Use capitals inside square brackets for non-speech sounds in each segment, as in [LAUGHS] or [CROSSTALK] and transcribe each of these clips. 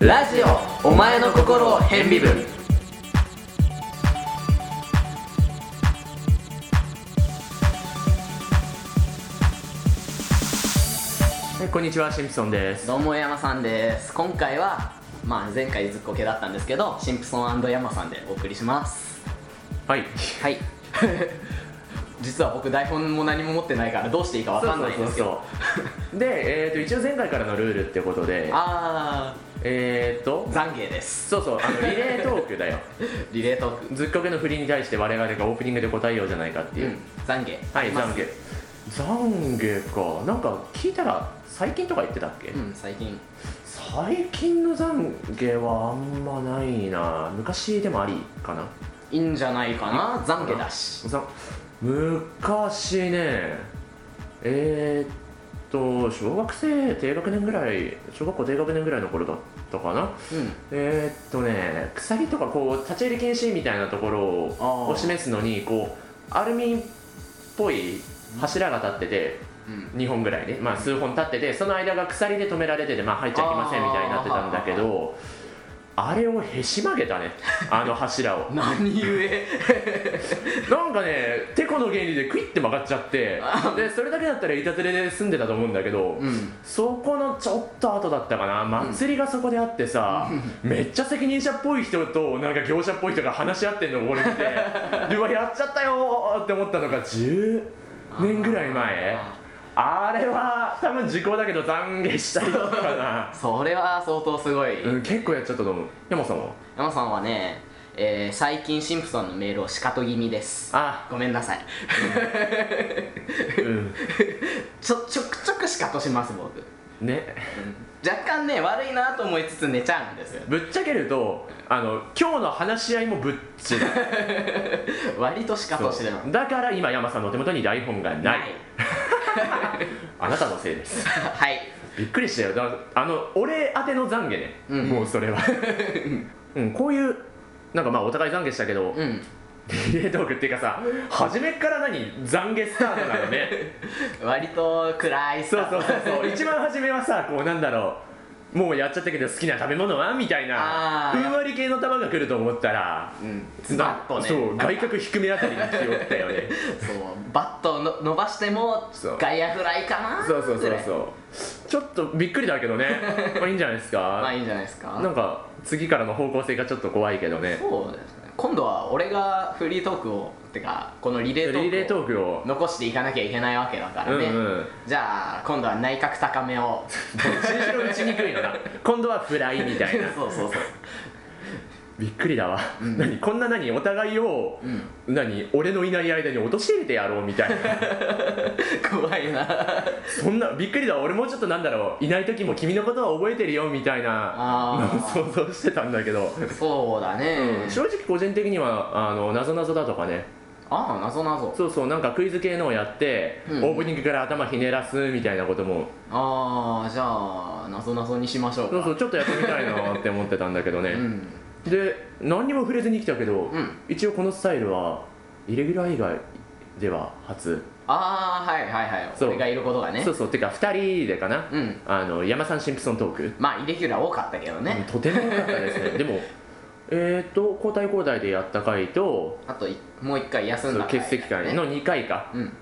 ラジオお前の心を変微分こんにちはシンプソンですどうも山さんです今回はまあ前回ずっこけだったんですけどシンプソン山さんでお送りしますはいはい [LAUGHS] 実は僕台本も何も持ってないからどうしていいかわかんないんですけどうで、えー、と一応前回からのルールってことであえっ、ー、とー懺悔ですそうそうあ [LAUGHS] のリレートークだよリレートークずっこけの振りに対して我々がオープニングで答えようじゃないかっていう、懺悔はいまあ懺悔懺悔かなんか聞いたら最近とか言ってたっけ、うん最近最近の懺悔はあんまないな昔でもありかないいんじゃないかな懺悔だしざ昔ねえー、っと小学生低学年ぐらい小学校低学年ぐらいの頃だったかなうんえー、っとね鎖とかこう立ち入り禁止みたいなところあをーを示すのにこうアルミっぽい柱が立っててうん2本ぐらいね、まあ、数本立っててその間が鎖で止められてて、まあ、入っちゃいけませんみたいになってたんだけどあれをへし曲げたねあの柱 [LAUGHS] を何故なんかねてこの原理でクイッて曲がっちゃってでそれだけだったら板ずれで済んでたと思うんだけど、うんそこのちょっと後だったかな祭りがそこであってさ、めっちゃ責任者っぽい人となんか業者っぽい人が話し合ってんのを俺見てでうわやっちゃったよーって思ったのが10年ぐらい前あれは多分時効だけど懺悔したいのかなそれは相当すごい、うん結構やっちゃったと思う山さんは山さんはね、えー最近シンプソンのメールをしかと気味ですあごめんなさいうん [LAUGHS] ちょちょくちょくしかとします僕、ね若干ね悪いなと思いつつ寝ちゃうんですよぶっちゃけるとあの今日の話し合いもぶっちだ割としかとしてるのだから今山さんの手元に台本がないはい [LAUGHS] あなたのせいですはいびっくりしたよだあの俺宛ての懺悔ね、うんもうそ [LAUGHS] れはうんこういうなんかまあお互い懺悔したけど、うんリレートークっていうかさ初めっから何懺悔スタートなのね割と暗いスタそうーそトうそうそう一番初めはさこうなんだろうもうやっちゃったけど好きな食べ物はみたいなあふーんわり系の球が来ると思ったらうんズバッとねそうなんか外角低めあたりに来ておったよねそうバットをの伸ばしてもそう外野フライかなそうそうぐそうらいそうちょっとびっくりだけ [LAUGHS] どねまあいいんじゃないですか、まあいいんじゃないですかなんか次からの方向性がちょっと怖いけどねそうですね今度は俺がフリートークをてかこのリレートークをリレートークを残していかなきゃいけないわけだからね、うんうんじゃあ今度は内角高めを新しろ打ちにくいのな今度はフライみたいなそうそうそうびっくりだわ、何こんな何お互いを、何俺のいない間に陥れてやろうみたいな [LAUGHS] 怖いなそんなびっくりだわ俺もうちょっとなんだろういない時も君のことは覚えてるよみたいなあのをー想像してたんだけど、そうだね、正直個人的にはあのなぞなぞだとかねああなぞなぞそうそうなんかクイズ系のをやって、うんオープニングから頭ひねらすみたいなこともああじゃあなぞなぞにしましょうかそうそうちょっとやってみたいなって思ってたんだけどね、うんで何にも触れずに来たけど、うん一応このスタイルはイレギュラー以外では初、ああはいはいはいそう俺がいることがねそうそうてか2人でかな、うんあの山さんシンプソントーク、まあイレギュラー多かったけどね、とても良かったです [LAUGHS] ねでもえっ、と交代交代でやった回とあといもう一回休そんのだ回欠席会の2回かうん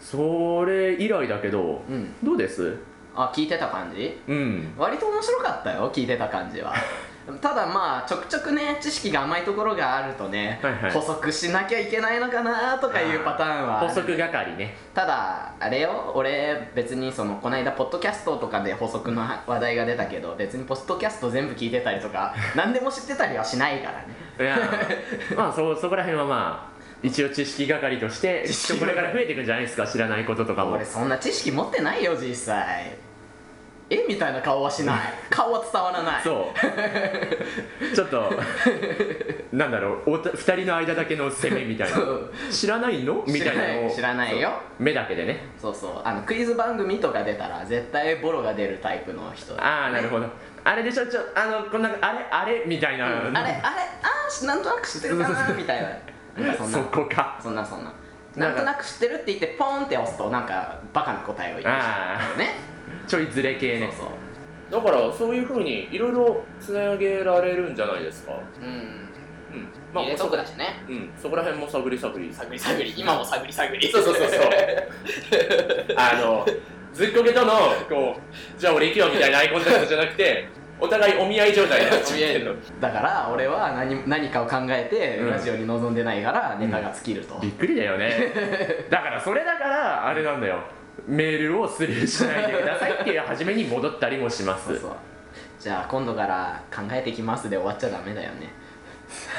それ以来だけど、うんどうですあ聞いてた感じうん割と面白かったよ聞いてた感 [LAUGHS] じはただまあちょくちょくね知識が甘いところがあるとね、はいはい補足しなきゃいけないのかなとかいうパターンはある補足係ねただあれよ俺別にそのこの間ポッドキャストとかで補足の話題が出たけど別にポッドキャスト全部聞いてたりと [LAUGHS] か何でも知ってたりはしないからねい [LAUGHS] やまあそそこら辺はまあ一応知識係として知識これから増えていくんじゃないですか知らないこととかも俺そんな知識持ってないよ実際えみたいな顔はし [LAUGHS] ない顔は伝わらないそう [LAUGHS] ちょっとなんだろうおた2人の間だけの攻めみたいなそう知らないのみたいなのを知らない知らないよそう目だけでね [LAUGHS] そうそうあのクイズ番組とか出たら絶対ボロが出るタイプの人ああなるほどあれでしょちょあのこんなあれあれみたいあな、れあれあーなんとなく知ってるかなみたいななんかそん [LAUGHS] そなこかそんなそんなななんかんとなく知ってるって言ってポーンって押すとなんかバカな答えを言いましたねちょいずれ系ねそうそうだからそういうふうにいろいろつなげられるんじゃないですか、うんうんまあ入れとくだそしねうん、そこら辺も探り探り探り探り今も探り探りそうそうそう [LAUGHS] そうあのずっこけとのこうじゃあ俺行くよみたいなアイコンタクトじゃなくてお互いお見合い状態になっちゃってるのだから俺は何何かを考えてうんラジオに臨んでないからネタが尽きると、びっくりだよねだからそれだからあれなんだよメールをスルーしないでくださいっていう初めに戻ったりもしますそうそうじゃあ今度から考えてきますで終わっちゃダメだよね [LAUGHS]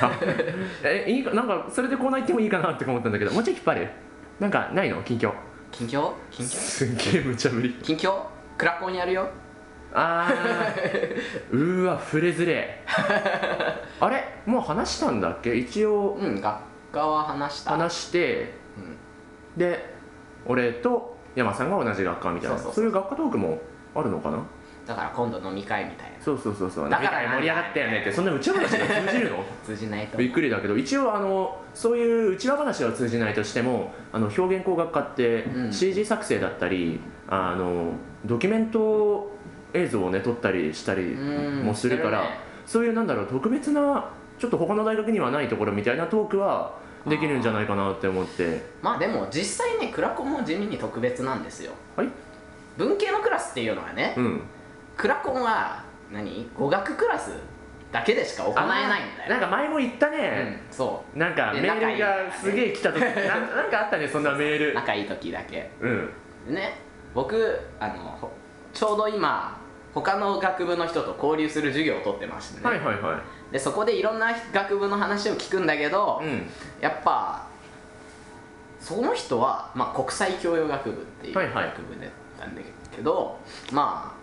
えいいかなんかそれでコーナー行ってもいいかなって思ったんだけどもうちょい引っ張るなんかないの近況近況近況すんげえ無茶ぶり近況クラコンやるよあーうーわ触れずれあれもう話したんだっけ一応うん学科は話した話して、で俺と山さんが同じ学科みたいなそうそうそうそういう学科トークもあるのかなだから今度飲み会みたいなそうそうそうそうだからなん盛り上がったよねってそんなうちわ話が通じ [LAUGHS] るの通じないとびっくりだけど一応あのそういううちわ話は通じないとしてもあの表現工学科ってうん CG 作成だったり、あのドキュメント映像をね撮ったりしたりうんもするから、してるねそういうなんだろう特別なちょっと他の大学にはないところみたいなトークはできるんじゃないかなって思ってまあでも実際ねクラコンも地味に特別なんですよはい文系のクラスっていうのはね、うんクラコンは何語学クラスだけでしか行えないんだよなんか前も言ったうんね、、そなんかメねールがすげえ来た時 [LAUGHS] ななんかあったねそんなメーうル仲いい時だけうんね僕あのほちょうど今他の学部の人と交流する授業を取ってましてね、はいはいはでそこでいろんな学部の話を聞くんだけど、いうんやっぱその人は、まあ、国際教養学部っていうはい学はい部だったんだけど、ま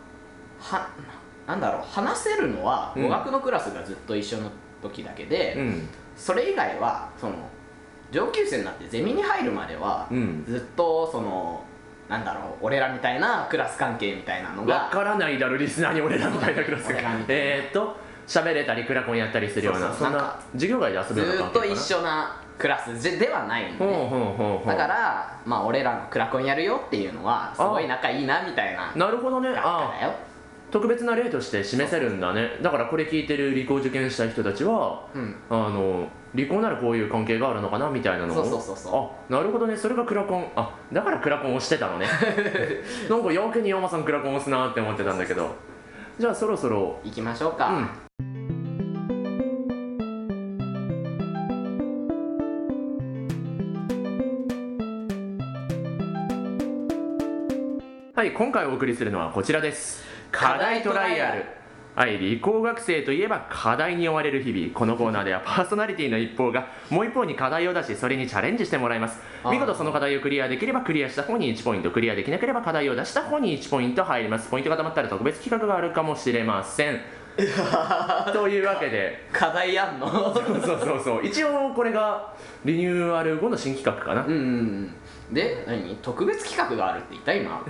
あはなんだろう話せるのはうん語学のクラスがずっと一緒の時だけで、うんそれ以外はその上級生になってゼミに入るまでは、うんずっとそのなんだろう俺らみたいなクラス関係みたいなのわがからないだろリスナーに俺らみたいなクラス俺らがみたいなえーっと喋れたりクラコンやったりするようなそうそそうんなんなか授業外で遊ずべるようーなっ関と係か一な緒なクラスじではないのほうねほうほうほうだから、まあ、俺らのクラコンやるよっていうのはすごい仲いいなみたいななるほどねだったあだよ特別な例として示せるんだねだからこれ聞いてる理工受験した人たちはうんあの理工ならこういう関係があるのかなみたいなのをそうそうそうそあなるほどねそれがクラコンあだからクラコンをしてたのね [LAUGHS] なんかやけに山さんクラコン押すなって思ってたんだけどじゃあそろそろ行きましょうか、うんはい今回お送りするのはこちらです課題トライアルはい理工学生といえば課題に追われる日々このコーナーではパーソナリティの一方がもう一方に課題を出しそれにチャレンジしてもらいますあー見事その課題をクリアできればクリアした方に1ポイントクリアできなければ課題を出した方に1ポイント入りますポイントがたまったら特別企画があるかもしれませんというわけで課題やんの [LAUGHS] そうそうそう一応これがリニューアル後の新企画かなうんうんうんで何特別企画があるって言った [LAUGHS] 今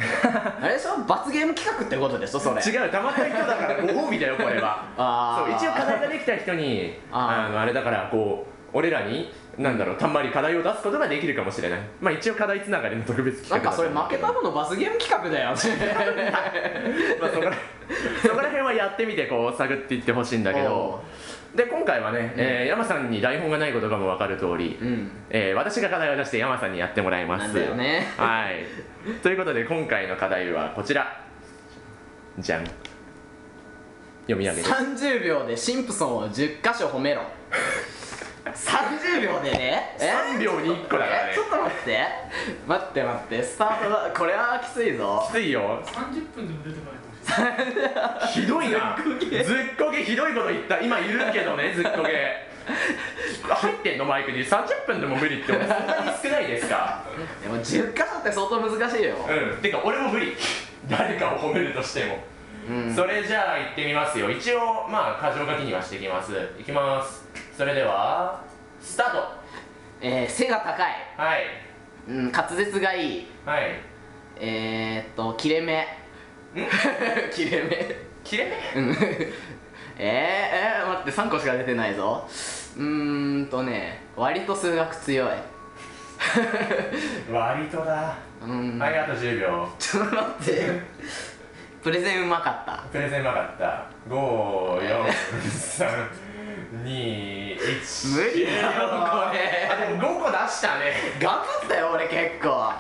あれでしょ罰ゲーム企画ってことでしょそれ違うたまった人だからご褒美だよこれはあそうあ一応課題ができた人に [LAUGHS] あーあのあれだからこう俺らになんだろうたんまり課題を出すことができるかもしれないまあ一応課題つながりの特別なん企画かだそれと思う負けた方の罰ゲーム企画だよまあそこら [LAUGHS] そこら辺はやってみてこう探っていってほしいんだけどで今回はね、えー山さんに台本がないことがも分かる通り、 [LAUGHS] うんえー私が課題を出して山さんにやってもらいますなんだよねはいということで今回の課題はこちらじゃん読み上げて30秒でシンプソンを10箇所褒 [LAUGHS] めろ30秒でねえ3秒に1個だからねえちょっと待って待って待ってスタートだこれはきついぞきついよ30分でも出てこないかもしれないひどいなずっこけひどいこと言った今いるけどねずっこけ入ってんのマイクに30分でも無理って俺そんなに少ないですかでも10箇所って相当難しいようんてか俺も無理誰かを褒めるとしてもうんそれじゃあ行ってみますよ一応まあ箇条書きにはしてきますいきますそれではスタートえー、背が高い、はいうん、滑舌がいいはいえー、っと切れ目 [LAUGHS] 切れ目切れ目うんえー、えー、待って3個しか出てないぞうーんとね割と数学強い [LAUGHS] 割とだうんはいあと10秒ちょっと待ってプレゼンうまかったプレゼンうまかった54321無理だろこれあでも5個出したね頑張ったよ俺結構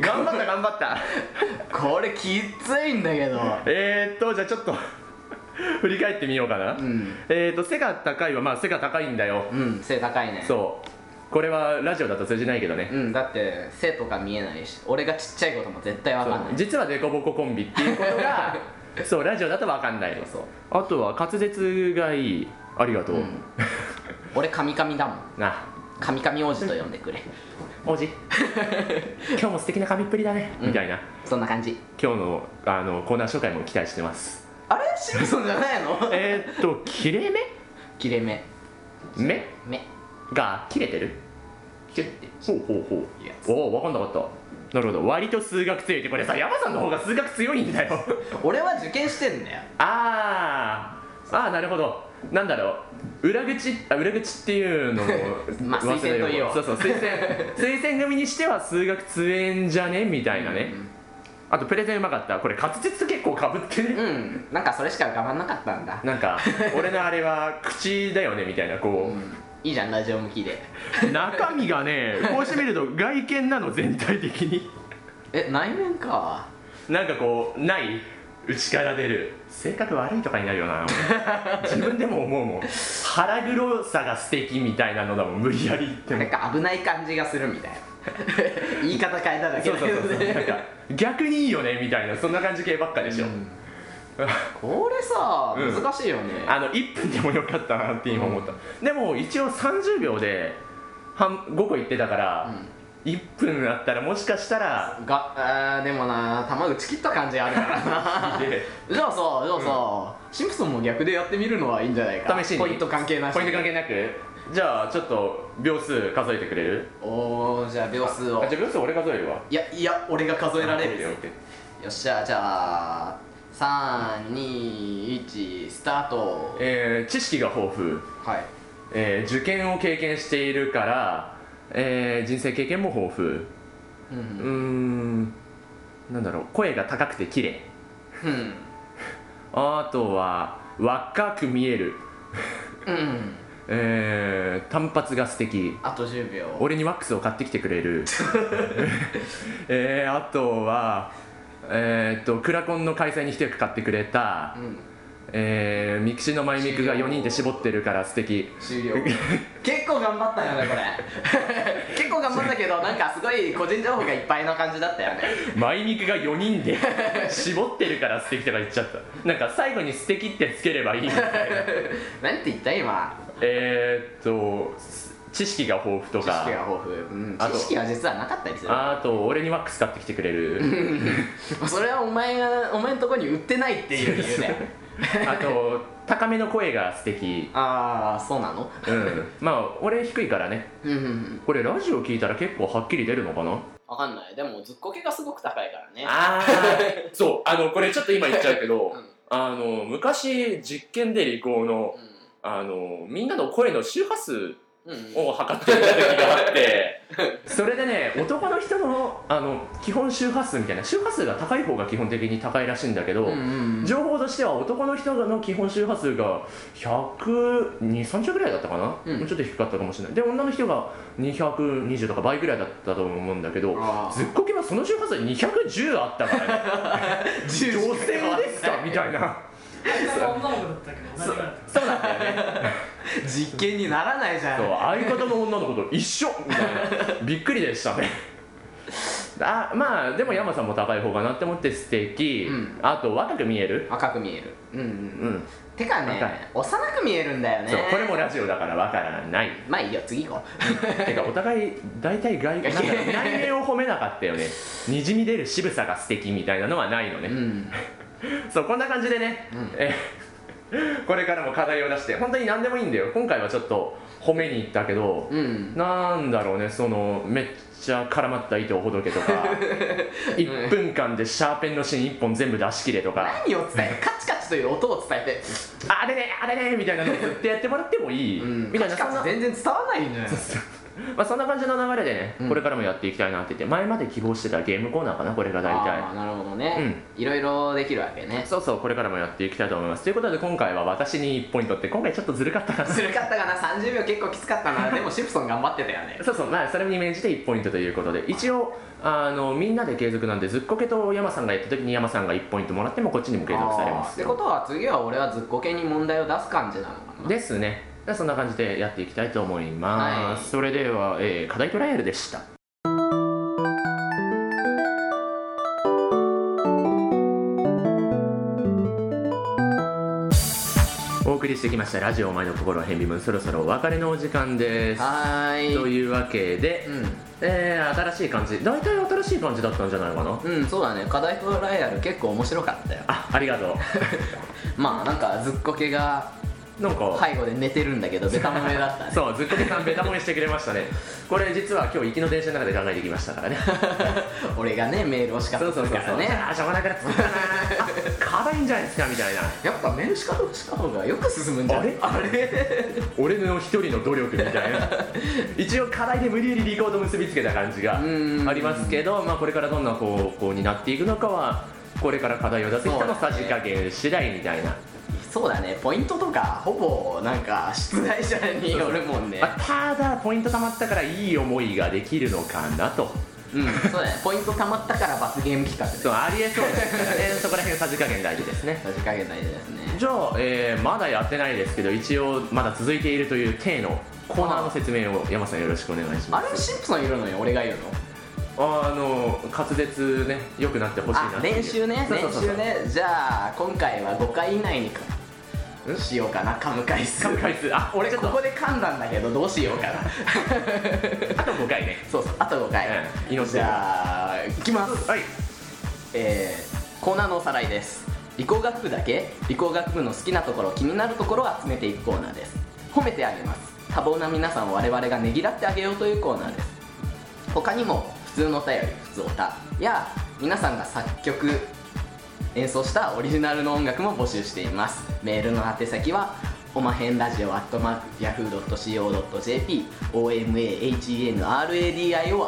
頑張った頑張ったこれきついんだけど [LAUGHS] えー、っとじゃあちょっと [LAUGHS] 振り返ってみようかな、んえー、っと背が高いはまあ背が高いんだよ、うん背高いねそうこれはラジオだと通じないけどね、うんだって背とか見えないし俺がちっちゃいことも絶対わそうかんない実はデコボココンビっていうこと [LAUGHS] がそうラジオだと分かんないそうあとは滑舌がいいありがとう、うん俺カミカミだもんなカミカミ王子と呼んでく [LAUGHS] れ王子今日も素敵な髪っぷりだね、うんみたいなそんな感じ今日のあのコーナー紹介も期待してますあれシルソンじゃないのえー、っと切れ切れ目目目目が切れてるキュッてほうほうほういやおお分かんなかったなるほど割と数学強いってこれさ山さんの方が数学強いんだよ [LAUGHS] 俺は受験してんだよあーあーなるほどなんだろう裏口あ裏口っていうのもまあ忘れ推薦ると言おうそうそう推薦推薦組にしては数学強えんじゃねみたいなね、あとプレゼンうまかったこれ滑舌と結構かぶってうねんなんかそれしか我慢なかったんだなんか俺のあれは口だよねみたいなこいいじゃんラジオ向きでう中身がねこうしてみると外見なの全体的にえ内面かなんかこうない内から出る性格悪いとかになるよな俺 [LAUGHS] 自分でも思うもん腹黒さが素敵みたいなのだもん無理やり言ってもなんか危ない感じがするみたい [LAUGHS] な言い方変えただけそうだそうけどそうそうなんねか逆にいいよねみたいなそんな感じ系ばっかでしょ、これさうん難しいよね、あの1分でもよかったなって今思った、でも一応30秒で半5個言ってたから、1分あったらもしかしたらがあーでもな球打ち切った感じあるから [LAUGHS] なでじゃあさじゃあさ、シンプソンも逆でやってみるのはいいんじゃないか試しにポイント関係なしポイント関係なくじゃあちょっと秒数数えてくれるおーじゃあ秒数をあじゃあ秒数俺数えるわいやいや俺が数えられるよよっしゃじゃあ321スタートえー知識が豊富、はいえー受験を経験しているから、えー人生経験も豊富ううんーんなんだろう声が高くて綺麗うんあとは若く見える、うんえー短髪が素敵あと10秒俺にワックスを買ってきてくれる [LAUGHS] えーあとはえーっとクラコンの開催に一役買ってくれた、うんえーミクシィのマイミクが4人で絞ってるから素敵終 [LAUGHS] 了結構頑張ったよねこれ結構頑張ったけどなんかすごい個人情報がいっぱいな感じだったよねマイミクが4人で [LAUGHS] 絞ってるから素敵とか言っちゃったなんか最後に素敵ってつければ [LAUGHS] いいみたいな何て言った今えーっと知識が豊富と知識かが豊富、うん、あと知識は実はなかったりするあと俺にワックス買ってきてくれ [LAUGHS] るそれはお前がお前のとこに売ってないっていう理由だよあと高めの声が素敵ああそうなのうんまあ俺低いからねうんうんうんこれラジオ聞いたら結構はっきり出るのかなわかんないでもずっこけがすごく高いからねあそうあのこれちょっと今言っちゃうけど、 [LAUGHS] うんあの昔実験で理工のあのみんなの声の周波数うんうんを測ってみた時があって [LAUGHS] それでね男の人のあの基本周波数みたいな周波数が高い方が基本的に高いらしいんだけど、うんうんうん情報としては男の人の基本周波数が12030ぐらいだったかな、うんちょっと低かったかもしれないで女の人が220とか倍ぐらいだったと思うんだけどあーずっこけはその周波数210あった [LAUGHS] から、ね、女性ですかみたいな女の子だったけど何があっそうなんだよね実験にならないじゃそうん相方の女の子と一緒みたいなびっくりでしたねあまあでも山さんも高い方かなって思って素敵、うんあと若く見える赤く見えるうんうんううんんてか若いね幼く見えるんだよねそうこれもラジオだからわからないまあいいよ次行こてかお互い大体外なんか内面を褒めなかった [LAUGHS] よねにじみ出る渋さが素敵みたいなのはないのね、ううんそうこんな感じでね、うんえーこれからも課題を出して本当に何でもいいんだよ今回はちょっと褒めに行ったけど、うんなんだろうねそのめっちゃ絡まった糸をほどけと [LAUGHS] か1分間でシャーペンの芯1本全部出し切れとか何を伝えカチカチという音を伝えてあれねあれねみたいなのをずっとやってもらってもいい、うんみカたいなチそんカなチ全然伝わないねまあ、そんな感じの流れでね、うんこれからもやっていきたいなって言って前まで希望してたゲームコーナーかなこれが大ああ体なるほどねいろいろできるわけねそうそうこれからもやっていきたいと思いますということで今回は私に1ポイントって今回ちょっとずるかったかなずるかったかな30秒結構きつかった [LAUGHS] なでもシプソン頑張ってたよねそうそう、まあ、それに免じて1ポイントということで一応あのみんなで継続なんでずっこけと山さんがやった時に山さんが1ポイントもらってもこっちにも継続されまあーっすてことは次は俺はずっこけに問題を出す感じなのかなですねでそんな感じでやっていきたいと思います、はいそれでは、えー課題トライアルでしたお送りしてきましたラジオお前の心変微分そろそろお別れのお時間ですはーいというわけで、う、えー、新しい感じ大体新しい感じだったんじゃないかなんうん、そうだね課題トライアル結構面白かったよあありがと [LAUGHS] まあなんかずっこけがうなんか、背後で寝てるんだけどベタもめだ [LAUGHS] ったねそうずっとけさんベタ褒めしてくれましたねこれ実は今日行きの電車の中で考えてきましたからね俺がねメールをしかっそうそたうそうそうからねあーしょうがないから作ったなあ硬いんじゃないですかみたいなやっぱメールしかっした方がよく進むんじゃないあれ俺の一人の努力みたいな [LAUGHS] 一応課題で無理やりリコード結びつけた感じがうんありますけど、まあ、これからどんな方向になっていくのかはこれから課題を出す人のさじ加減次第みたいなそうだねポイントとかほぼなんか出題者によるもんねまあただポイント貯まったからいい思いができるのかなとうんそうだねポイントたまったから罰ゲーム企画そでうありえそうです [LAUGHS] からねそこら辺さじ加減大事ですねさじ加減ないですねじゃあ、えーまだやってないですけど一応まだ続いているという体のコーナーの説明を山さんよろしくお願いしあまれすシンプソンいるのに俺がいるのああの滑舌ね良くなってほしいなあっていう練習ねそうそうそう練習ねじゃあ今回は5回以内にかんしようかな噛む回数噛む回数あ俺俺ちょっことこで噛んだんだけどどうしよう [LAUGHS] かなあと5回ねそうそうあと5回、うん命じゃあいきますはいえー、コーナーのおさらいです理工学部だけ理工学部の好きなところ気になるところを集めていくコーナーです褒めてあげます多忙な皆さんを我々がねぎらってあげようというコーナーです他にも普通のお便り普通おたや皆さんが作曲演奏したオリジナルの音楽も募集していますメールの宛先はおまへんラジオアットマークヤフー .co.jp omahenradio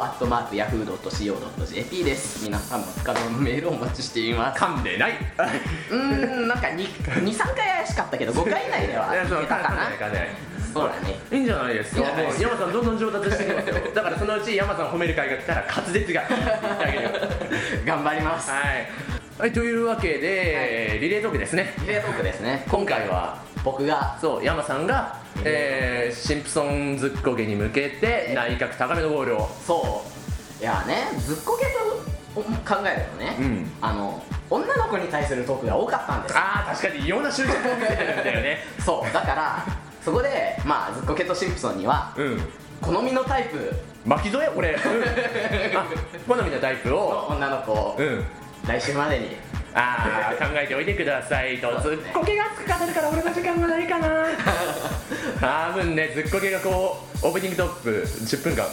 アットマークヤフー .co.jp です皆さんの使用のメールをお待ちしています噛んでないうーんなんか23回怪しかったけど5回以内ではいやそうけたか噛んでないな噛んでないそうだねいいんじゃないですかいいんじゃないもですう山さんどんどん上達してきますよだからそのうち山さん褒める会が来たら滑舌が言ってあげるよ頑張りますはい、はい、というわけで、えーリレートークですねリレートークですね今回は僕がそう山さんが、えーシンプソンずっこけに向けて内角高めのボールをそういやねずっこけと考えるとね、うんあの女の子に対するトークが多かったんですよああ確かに異様な執着を見せてるんだよねそうだからそこでまあずっこけとシンプソンにはうん好みのタイプ巻き添え [LAUGHS] 俺、うん、あ好みのタイプのを女の子をうん来週までに [LAUGHS] ああ考えておいてくださいとそうずでっすねこけが熱く語るから俺の時間がないかな [LAUGHS] 多分ねずっこけがこうオープニングトップ10分間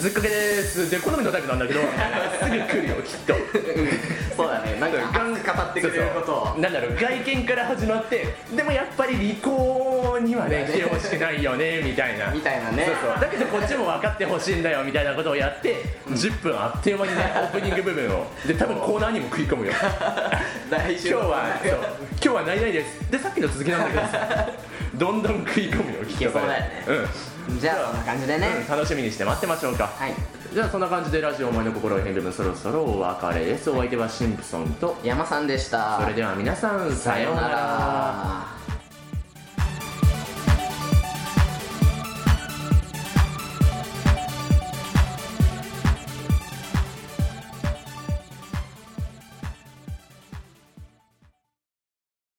ずっこけですで好みのタイプなんだけどすぐ来るよきっとそうだねなんか熱く語ってくれることをそうそうなんだろう外見から始まってでもやっぱり離婚にはねね来てほしくないよねみたいなみたいなねそうそうだけどこっちも分かってほしいんだよみたいなことをやって、10分あっという間にねオープニング部分を [LAUGHS] で多分コーナーにも食い込むよ来 [LAUGHS] 今週日はそう今日はないないですでさっきの続きなんだ [LAUGHS] けどどんどん食い込むよきっといけそうだよねうん、じゃあそんな感じでね、うん楽しみにして待ってましょうかはいじゃあそんな感じでラジオ「お前の心を変分そろそろお別れですお相手はシンプソンと山さんでしたそれでは皆さんささよよううなならら